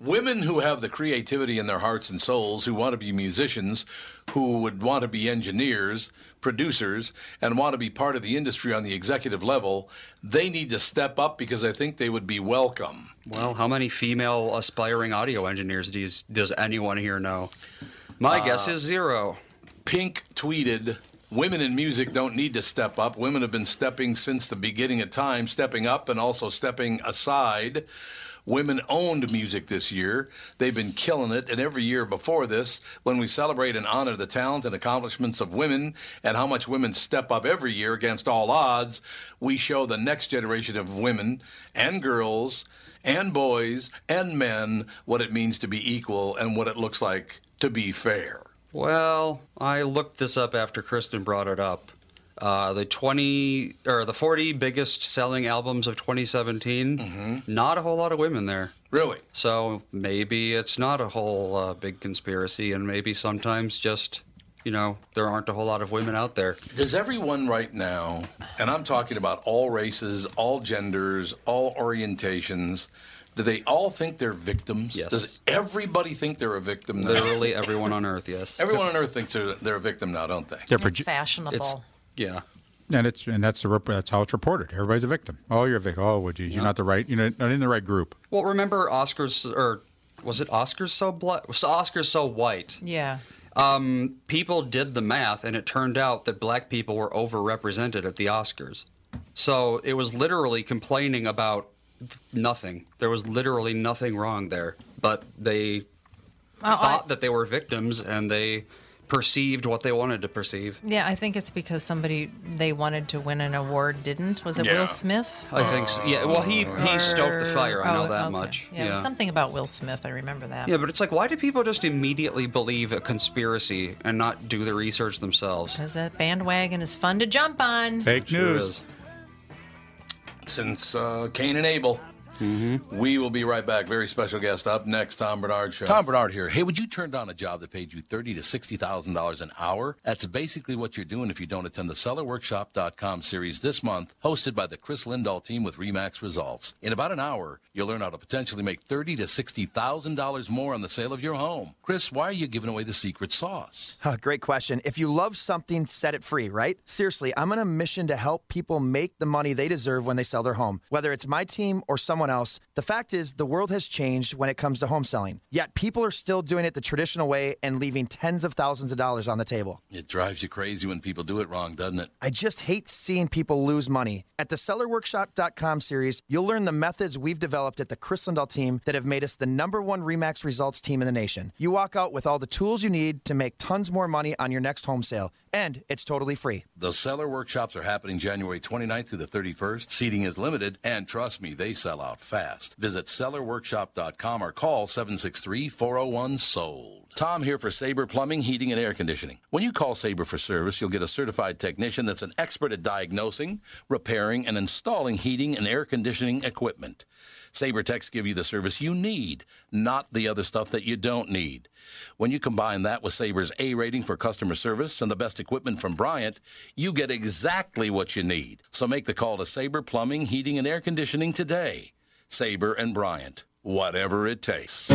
S1: Women who have the creativity in their hearts and souls, who want to be musicians, who would want to be engineers, producers, and want to be part of the industry on the executive level, they need to step up because I think they would be welcome.
S3: Well, how many female aspiring audio engineers do you, does anyone here know? My guess
S1: Ah.
S3: is zero.
S1: Pink tweeted, Women in music don't need to step up. Women have been stepping since the beginning of time, stepping up and also stepping aside. Women owned music this year. They've been killing it, and every year before this, when we celebrate and honor the talent and accomplishments of women and how much women step up every year against all odds, we show the next generation of women and girls and boys and men what it means to be equal and what it looks like to be fair.
S3: Well, I looked this up after Kristen brought it up. Uh, the twenty or the forty biggest selling albums of 2017. Not a whole lot of women there.
S1: Really?
S3: So maybe it's not a whole uh, big conspiracy, and maybe sometimes just you know there aren't a whole lot of women out there.
S1: Does everyone right now, and I'm talking about all races, all genders, all orientations, do they all think they're victims?
S3: Yes.
S1: Does everybody think they're a victim now?
S3: Literally everyone on Earth. Yes.
S1: Everyone on earth thinks they're, they're a victim now, don't they?
S5: They're
S2: It's
S5: proje-
S2: fashionable.
S3: It's yeah.
S5: And it's and that's the rep- that's how it's reported. Everybody's a victim. Oh, you're a victim. Oh, well, geez, you're not the right. You're not in the right group.
S3: Well, remember Oscars or was it Oscars so black? Was Oscars so white?
S2: yeah.
S3: Um, People did the math, and it turned out that black people were overrepresented at the Oscars. So it was literally complaining about nothing. There was literally nothing wrong there, but they thought that they were victims, and they perceived what they wanted to perceive.
S2: Yeah, I think it's because somebody they wanted to win an award didn't. Was it
S1: Yeah.
S2: Will Smith?
S3: I think. So. Yeah. Well, he he stoked the fire. I
S2: Or-
S3: know
S2: oh,
S3: that
S2: okay.
S3: much.
S2: Yeah, It was something about Will Smith. I remember that.
S3: Yeah, but it's like, why do people just immediately believe a conspiracy and not do the research themselves?
S2: Because that bandwagon is fun to jump on.
S5: Fake
S3: Sure
S5: news.
S3: is.
S1: Since uh, Cain and Abel. We will be right back. Very special guest up next, Tom Bernard Show. Tom Bernard here. Hey, would you turn down a job that paid you thirty to sixty thousand dollars an hour? That's basically what you're doing if you don't attend the SellerWorkshop.com series this month, hosted by the Chris Lindahl team with Remax Resolves. In about an hour, you'll learn how to potentially make thirty to sixty thousand dollars more on the sale of your home. Chris, why are you giving away the secret sauce?
S9: Huh, great question. If you love something, set it free, right? Seriously, I'm on a mission to help people make the money they deserve when they sell their home, whether it's my team or someone else. The fact is, the world has changed when it comes to home selling, yet people are still doing it the traditional way and leaving tens of thousands of dollars on the table.
S1: It drives you crazy when people do it wrong, doesn't it?
S9: I just hate seeing people lose money. At the sellerworkshop.com series, you'll learn the methods we've developed at the Chris Lindahl team that have made us the number one Remax results team in the nation. You walk out with all the tools you need to make tons more money on your next home sale, and it's totally free.
S1: The seller workshops are happening January 29th through the 31st. Seating is limited, and trust me, they sell out fast. Visit sellerworkshop.com or call 763 401 SOLD. Tom here for Sabre Plumbing, Heating, and Air Conditioning. When you call Sabre for service, you'll get a certified technician that's an expert at diagnosing, repairing, and installing heating and air conditioning equipment. Sabre Techs give you the service you need, not the other stuff that you don't need. When you combine that with Sabre's A rating for customer service and the best equipment from Bryant, you get exactly what you need. So make the call to Sabre Plumbing, Heating, and Air Conditioning today. Sabre and Bryant, whatever it takes.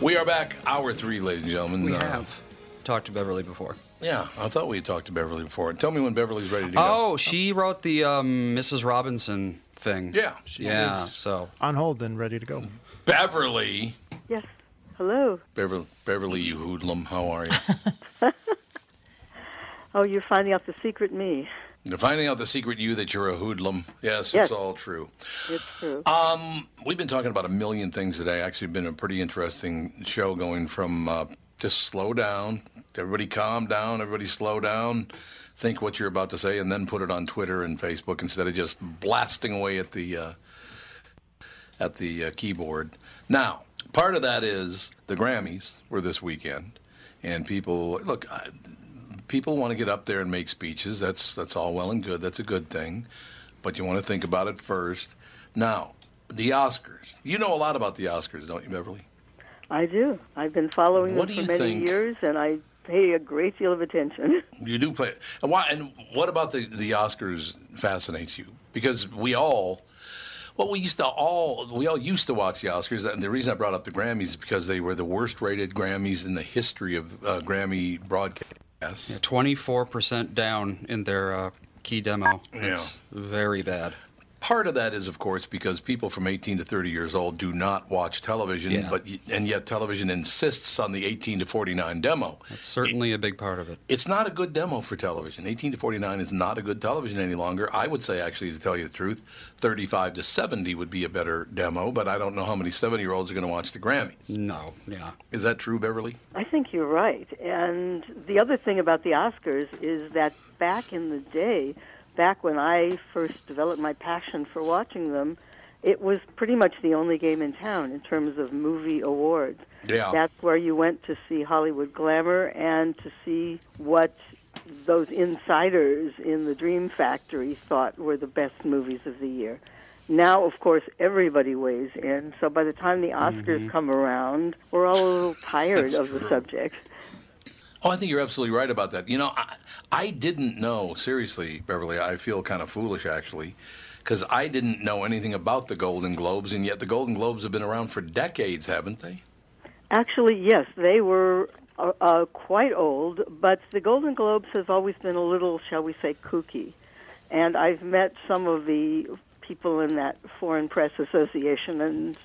S1: We are back, hour three, ladies and gentlemen.
S3: We
S1: Uh,
S3: have talked to Beverly before.
S1: Yeah, I thought we had talked to Beverly before. Tell me when Beverly's ready to go.
S3: Oh, she wrote the um, Mrs. Robinson thing.
S1: Yeah, she
S3: yeah.
S1: is.
S3: So
S4: On hold and ready to go.
S1: Oh. Beverly.
S10: Yes. Hello.
S1: Beverly, Beverly, you hoodlum, how are you?
S10: Oh, you're finding out the secret me.
S1: They're finding out the secret you that you're a hoodlum. Yes,
S10: Yes.
S1: it's all true.
S10: It's true.
S1: Um, we've been talking about a million things today. Actually, been a pretty interesting show going from uh, just slow down, everybody calm down, everybody slow down, think what you're about to say, and then put it on Twitter and Facebook instead of just blasting away at the uh, at the uh, keyboard. Now, part of that is the Grammys were this weekend, and people look. I, people want to get up there and make speeches. That's that's all well and good. That's a good thing, but you want to think about it first. Now, the Oscars. You know a lot about the Oscars, don't you, Beverly?
S10: I do. I've been following
S1: What
S10: them
S1: do
S10: for
S1: you
S10: many
S1: think?
S10: years, and I pay a great deal of attention.
S1: You do play. And why? And what about the the Oscars fascinates you? Because we all, well, we used to all we all used to watch the Oscars, and the reason I brought up the Grammys is because they were the worst rated Grammys in the history of uh, Grammy broadcasts.
S3: 24% down in their uh, key demo.
S1: Yeah.
S3: It's very bad.
S1: Part of that is, of course, because people from 18 to 30 years old do not watch television,
S3: Yeah.
S1: but y- and yet television insists on the 18 to 49 demo.
S3: That's certainly a big part of it.
S1: It's not a good demo for television. 18 to 49 is not a good television any longer. I would say, actually, to tell you the truth, 35 to 70 would be a better demo, but I don't know how many 70 year olds are going to watch the Grammys.
S3: No, yeah.
S1: Is that true, Beverly?
S10: I think you're right. And the other thing about the Oscars is that back in the day, back when I first developed my passion for watching them, it was pretty much the only game in town in terms of movie awards.
S1: Yeah.
S10: That's where you went to see Hollywood glamour and to see what those insiders in the Dream Factory thought were the best movies of the year. Now, of course, everybody weighs in. So by the time the Oscars come around, we're all a little tired
S1: Mm-hmm. That's
S10: of the
S1: true.
S10: subject.
S1: Oh, I think you're absolutely right about that. You know, I, I didn't know, seriously, Beverly, I feel kind of foolish actually, because I didn't know anything about the Golden Globes, and yet the Golden Globes have been around for decades, haven't they?
S10: Actually, yes, they were uh, uh, quite old, but the Golden Globes has always been a little, shall we say, kooky. And I've met some of the people in that Foreign Press Association, and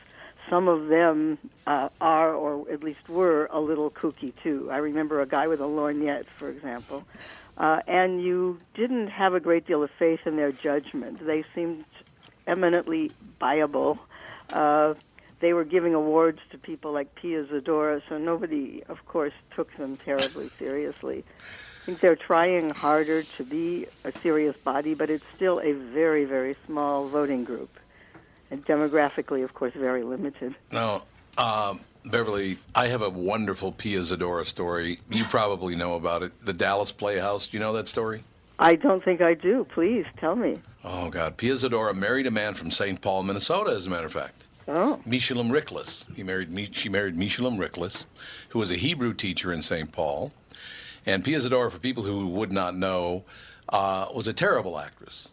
S10: some of them uh, are, or at least were, a little kooky too. I remember a guy with a lorgnette, for example. Uh, and you didn't have a great deal of faith in their judgment. They seemed eminently viable. Uh, they were giving awards to people like Pia Zadora, so nobody, of course, took them terribly seriously. I think they're trying harder to be a serious body, but it's still a very, very small voting group. And demographically, of course, very limited.
S1: Now, um, Beverly, I have a wonderful Pia Zadora story. You probably know about it. The Dallas Playhouse. Do you know that story?
S10: I don't think I do. Please tell me.
S1: Oh, God. Pia Zadora married a man from St. Paul, Minnesota, as a matter of fact.
S10: Oh.
S1: Mishalem Rickless. He married, Mi- she married Mishalem Rickless, who was a Hebrew teacher in St. Paul. And Pia Zadora, for people who would not know, uh, was a terrible actress.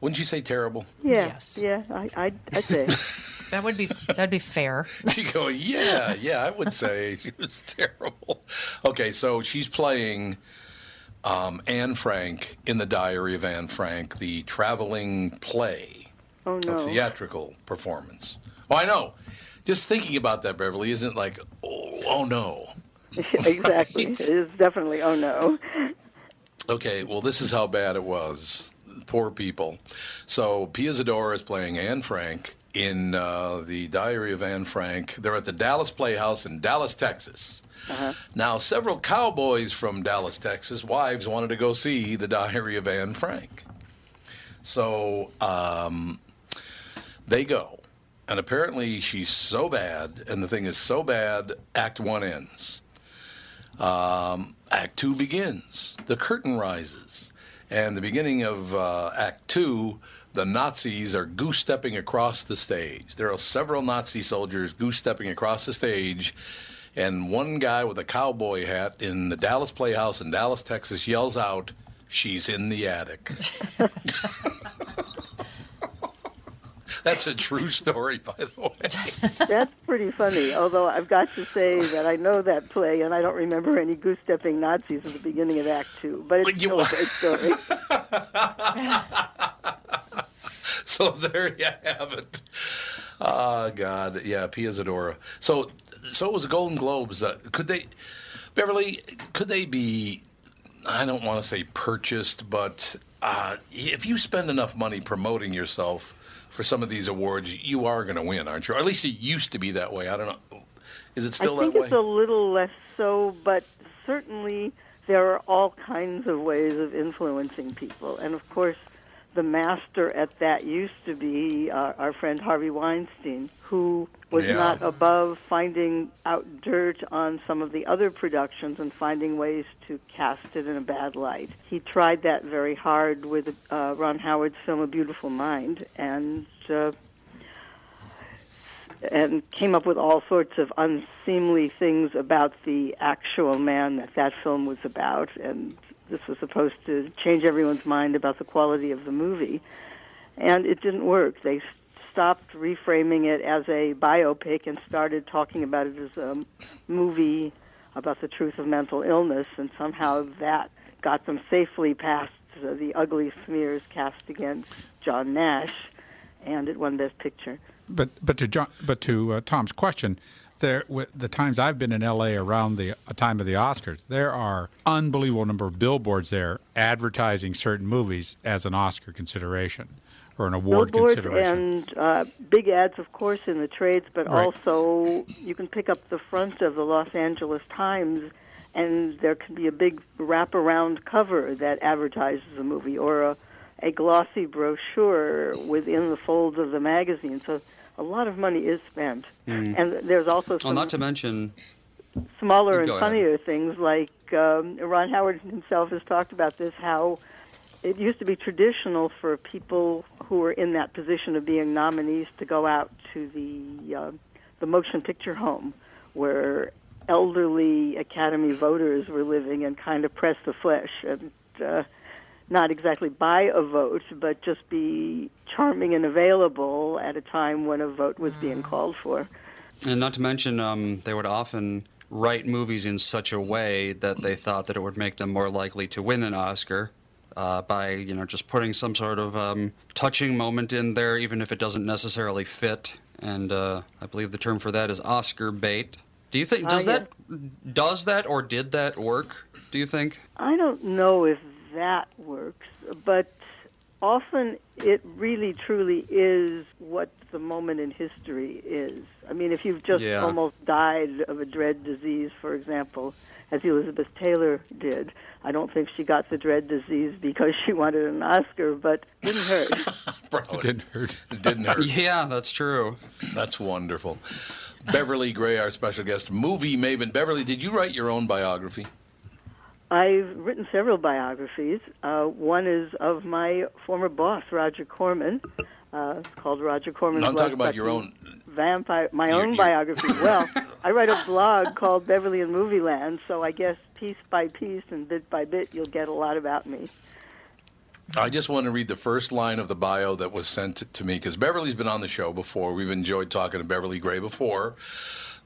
S1: Wouldn't you say terrible?
S10: Yeah, Yeah, I, I, I'd say.
S2: That would be that'd be fair.
S1: She go, yeah, yeah, I would say she was terrible. Okay, so she's playing um, Anne Frank in the Diary of Anne Frank, the traveling play,
S10: Oh, no.
S1: a theatrical performance. Oh, I know. Just thinking about that, Beverly, isn't like, oh, oh no.
S10: exactly. It is definitely, oh no.
S1: Okay, well, this is how bad it was. Poor people. So Pia Zadora is playing Anne Frank in uh, the Diary of Anne Frank. They're at the Dallas Playhouse in Dallas, Texas.
S8: Uh-huh.
S1: Now, several cowboys from Dallas, Texas, wives wanted to go see the Diary of Anne Frank. So um, they go. And apparently, she's so bad, and the thing is so bad, Act One ends. Um, act Two begins. The curtain rises. And the beginning of uh, Act Two, the Nazis are goose stepping across the stage. There are several Nazi soldiers goose stepping across the stage. And one guy with a cowboy hat in the Dallas Playhouse in Dallas, Texas yells out, She's in the attic. That's a true story, by the way.
S10: That's pretty funny, although I've got to say that I know that play and I don't remember any goose stepping Nazis at the beginning of Act Two, but it's still a great story.
S1: so there you have it. Ah, God, yeah, Pia Zadora. So, so it was the Golden Globes. Uh, could they, Beverly? Could they be? I don't want to say purchased, but uh, if you spend enough money promoting yourself for some of these awards, you are going to win, aren't you? Or at least it used to be that way. I don't know. Is it still
S10: I think
S1: that way?
S10: it's a little less so, but certainly there are all kinds of ways of influencing people. And of course, the master at that used to be uh, our friend Harvey Weinstein, who was
S8: Yeah.
S10: not above finding out dirt on some of the other productions and finding ways to cast it in a bad light. He tried that very hard with uh, Ron Howard's film A Beautiful Mind, and uh, and came up with all sorts of unseemly things about the actual man that that film was about and this was supposed to change everyone's mind about the quality of the movie and it didn't work they s- stopped reframing it as a biopic and started talking about it as a movie about the truth of mental illness and somehow that got them safely past uh, the ugly smears cast against John Nash and it won best picture
S5: But but to John, but to uh, Tom's question, there w- the times I've been in L.A. around the uh, time of the Oscars, there are unbelievable number of billboards there advertising certain movies as an Oscar consideration or an award
S10: billboards
S5: consideration.
S10: and uh, big ads, of course, in the trades, but
S5: Right.
S10: also you can pick up the front of the Los Angeles Times, and there can be a big wraparound cover that advertises a movie or a, a glossy brochure within the folds of the magazine. So a lot of money is spent,
S3: Mm.
S10: and there's also
S3: well,
S10: some
S3: not to mention,
S10: smaller and
S3: Go ahead.
S10: funnier things like um, Ron Howard himself has talked about this how it used to be traditional for people who were in that position of being nominees to go out to the uh, the motion picture home where elderly Academy voters were living and kind of press the flesh and uh, not exactly buy a vote, but just be charming and available at a time when a vote was
S3: Mm.
S10: being called for.
S3: and not to mention, um, they would often write movies in such a way that they thought that it would make them more likely to win an Oscar uh, by, you know, just putting some sort of um, touching moment in there, even if it doesn't necessarily fit. And uh, I believe the term for that is Oscar bait. Do you think
S10: Ah,
S3: does
S10: yeah.
S3: that does that or did that work? Do you think?
S10: I don't know if that works, but often it really truly is what the moment in history is. I mean, if you've just
S11: Yeah.
S10: almost died of a dread disease, for example, as Elizabeth Taylor did. I don't think she got the dread disease because she wanted an Oscar, but didn't hurt.
S1: It didn't hurt. It didn't hurt.
S3: yeah, that's true.
S1: That's wonderful. Beverly Gray, our special guest, movie maven. Beverly, did you write your own biography?
S10: I've written several biographies. Uh, one is of my former boss, Roger Corman. Uh, it's called Roger Corman's.
S1: No, I'm talking
S10: Blood
S1: about your own.
S10: Sucking vampire. My
S1: Your-
S10: own
S1: your-
S10: biography. well, I write a blog called Beverly and Movie Land, so I guess piece by piece and bit by bit, you'll get a lot about me.
S1: I just want to read the first line of the bio that was sent to- to me because Beverly's been on the show before. We've enjoyed talking to Beverly Gray before.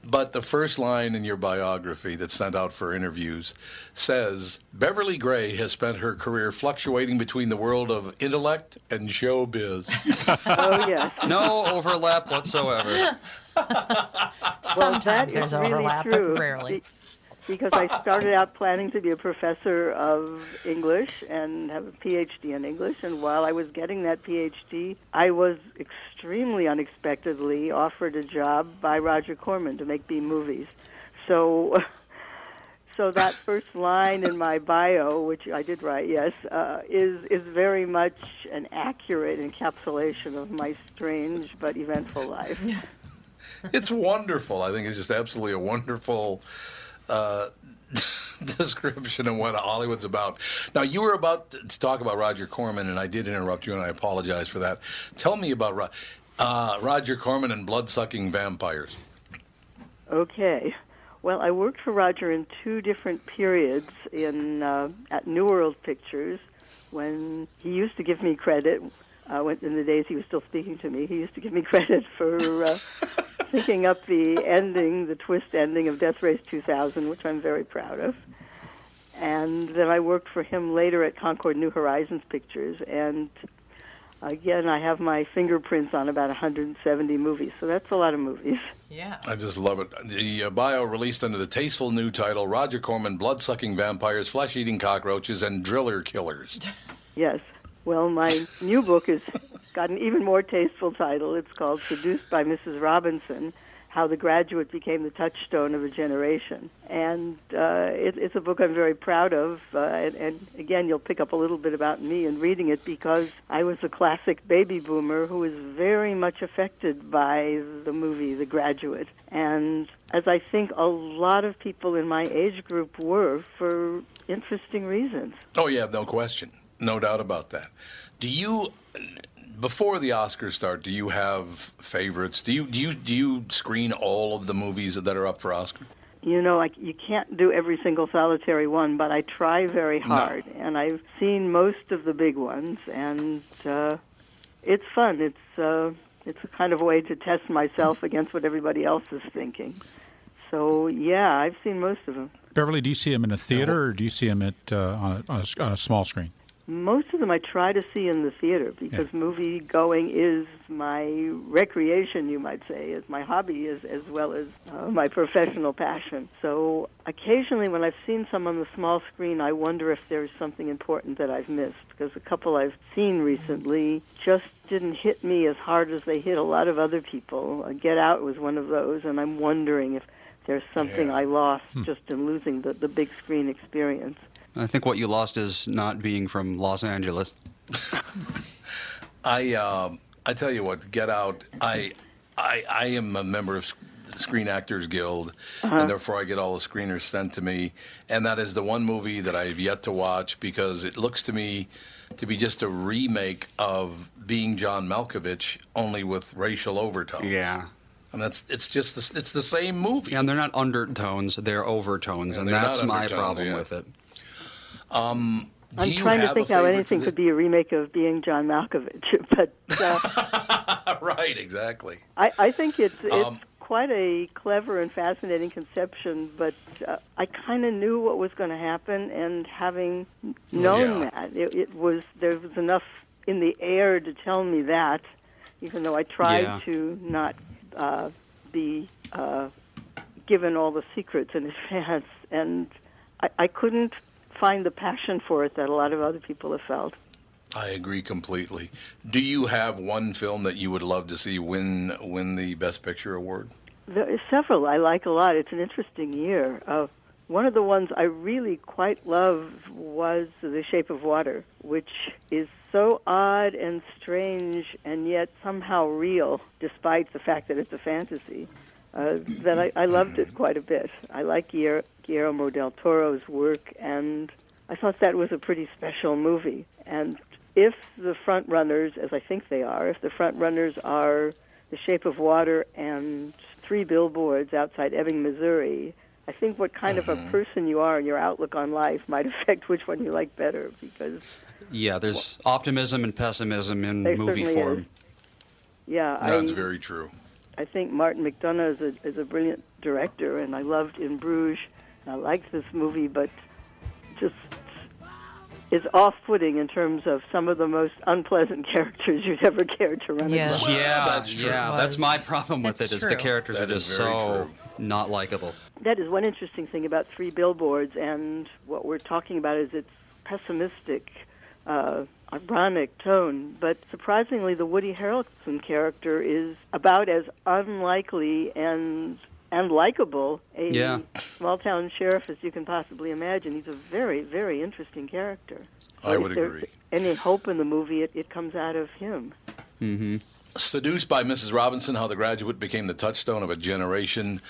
S1: But the first line in your biography that's sent out for interviews says Beverly Gray has spent her career fluctuating between the world of intellect and showbiz.
S10: Oh yes.
S3: No overlap whatsoever.
S10: Well, that
S2: Sometimes
S10: is
S2: there's
S10: really
S2: overlap, but
S10: true.
S2: rarely.
S10: Be- Because I started out planning to be a professor of English and have a PhD in English, and while I was getting that PhD, I was extremely unexpectedly offered a job by Roger Corman to make B movies. So, so that first line in my bio, which I did write, yes, uh, is is very much an accurate encapsulation of my strange but eventful life.
S1: it's wonderful. I think it's just absolutely a wonderful uh, description of what Hollywood's about. Now, you were about to talk about Roger Corman, and I did interrupt you, and I apologize for that. Tell me about Ro- uh, Roger Corman and blood-sucking vampires.
S10: Okay. Well, I worked for Roger in two different periods in uh, at New World Pictures when he used to give me credit. Uh, when, in the days he was still speaking to me, he used to give me credit for uh, thinking up the ending, the twist ending of Death Race 2000, which I'm very proud of. And then I worked for him later at Concord New Horizons Pictures, and again I have my fingerprints on about 170 movies, so that's a lot of movies.
S2: Yeah.
S1: I just love it. The uh, bio released under the tasteful new title Roger Corman, Blood Sucking Vampires, Flesh Eating Cockroaches, and Driller Killers.
S10: Yes. Well, my new book has got an even more tasteful title. It's called Seduced by Mrs. Robinson How the Graduate Became the Touchstone of a Generation. And uh, it, it's a book I'm very proud of. Uh, and, and again, you'll pick up a little bit about me in reading it because I was a classic baby boomer who was very much affected by the movie The Graduate. And as I think a lot of people in my age group were for interesting reasons.
S1: Oh yeah, no question, no doubt about that. Do you, before the Oscars start, do you have favorites? Do you do you do you screen all of the movies that are up for Oscar?
S10: You know, like you can't do every single solitary one, but I try very
S1: No.
S10: hard, and I've seen most of the big ones, and uh, it's fun. It's uh, it's a kind of way to test myself against what everybody else is thinking. So yeah, I've seen most of them.
S5: Beverly, do you see him in a theater or do you see him at uh, on, a, on, a, s- on a small screen?
S10: Most of them I try to see in the theater because movie going is my recreation, you might say, is my hobby as, as well as uh, my professional passion. So occasionally when I've seen some on the small screen, I wonder if there's something important that I've missed because a couple I've seen recently just didn't hit me as hard as they hit a lot of other people. Uh, Get Out was one of those, and I'm wondering if there's something I lost
S3: Hmm.
S10: just in losing the, the big screen experience.
S3: I think what you lost is not being from Los Angeles.
S1: I um, I tell you what, Get Out. I I I am a member of the Screen Actors Guild,
S10: Uh-huh.
S1: and therefore I get all the screeners sent to me. And that is the one movie that I have yet to watch because it looks to me to be just a remake of Being John Malkovich, only with racial overtones.
S3: Yeah.
S1: And that's it's just the, it's the same movie.
S3: And they're not undertones; they're overtones,
S1: Yeah,
S3: and
S1: they're
S3: that's
S1: not
S3: my
S1: undertones,
S3: problem
S1: yeah.
S3: with it.
S1: Um,
S10: I'm
S1: do you
S10: trying to
S1: have
S10: think
S1: a
S10: how
S1: favorite
S10: anything
S1: for
S10: could be a remake of Being John Malkovich, but uh,
S1: this? right, exactly.
S10: I, I think it's it's
S1: Um,
S10: quite a clever and fascinating conception. But uh, I kind of knew what was going to happen, and having known
S11: Yeah.
S10: that, it, it was there was enough in the air to tell me that, even though I tried
S11: Yeah.
S10: to not uh, be uh, given all the secrets in advance, and I, I couldn't find the passion for it that a lot of other people have felt.
S1: I agree completely. Do you have one film that you would love to see win win the Best Picture award?
S10: There are several I like a lot. It's an interesting year. Uh, one of the ones I really quite love was The Shape of Water, which is so odd and strange and yet somehow real, despite the fact that it's a fantasy. Uh, that I, I loved it quite a bit. I like Guill- Guillermo del Toro's work, and I thought that was a pretty special movie. And if the front runners, as I think they are, if the front runners are The Shape of Water and Three Billboards Outside Ebbing, Missouri, I think what kind of a person you are and your outlook on life might affect which one you like better. Because,
S3: Yeah, there's optimism and pessimism in
S10: There
S3: movie
S10: certainly
S3: form.
S10: yeah, I,
S1: very true.
S10: I think Martin McDonough is a, is a brilliant director, and I loved In Bruges. And I liked this movie, but just is off-putting in terms of some of the most unpleasant characters you'd ever care to run across.
S3: Yeah,
S1: that's true.
S3: Yeah, that's my problem with
S10: That's
S3: it. Is the
S10: true.
S3: characters
S1: That
S3: are
S1: is
S3: just
S1: very
S3: so not likable.
S10: That is one interesting thing about three billboards, and what we're talking about is its pessimistic, uh, ironic tone. But surprisingly, the Woody Harrelson character is about as unlikely and and likable a
S1: Yeah.
S10: small town sheriff as you can possibly imagine. He's a very, very interesting character.
S1: I
S10: But
S1: would
S10: if there's
S1: agree.
S10: Any hope in the movie, it, it comes out of him.
S1: Mm-hmm. Seduced by Mrs. Robinson, How the Graduate Became the Touchstone of a Generation.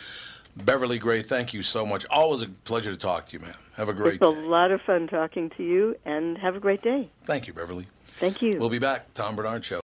S1: Beverly Gray, thank you so much. Always a pleasure to talk to you, man. Have a great
S10: it's a lot of fun talking to you, and have a great day.
S1: Thank you, Beverly.
S10: Thank you.
S1: We'll be back. Tom Bernard Show.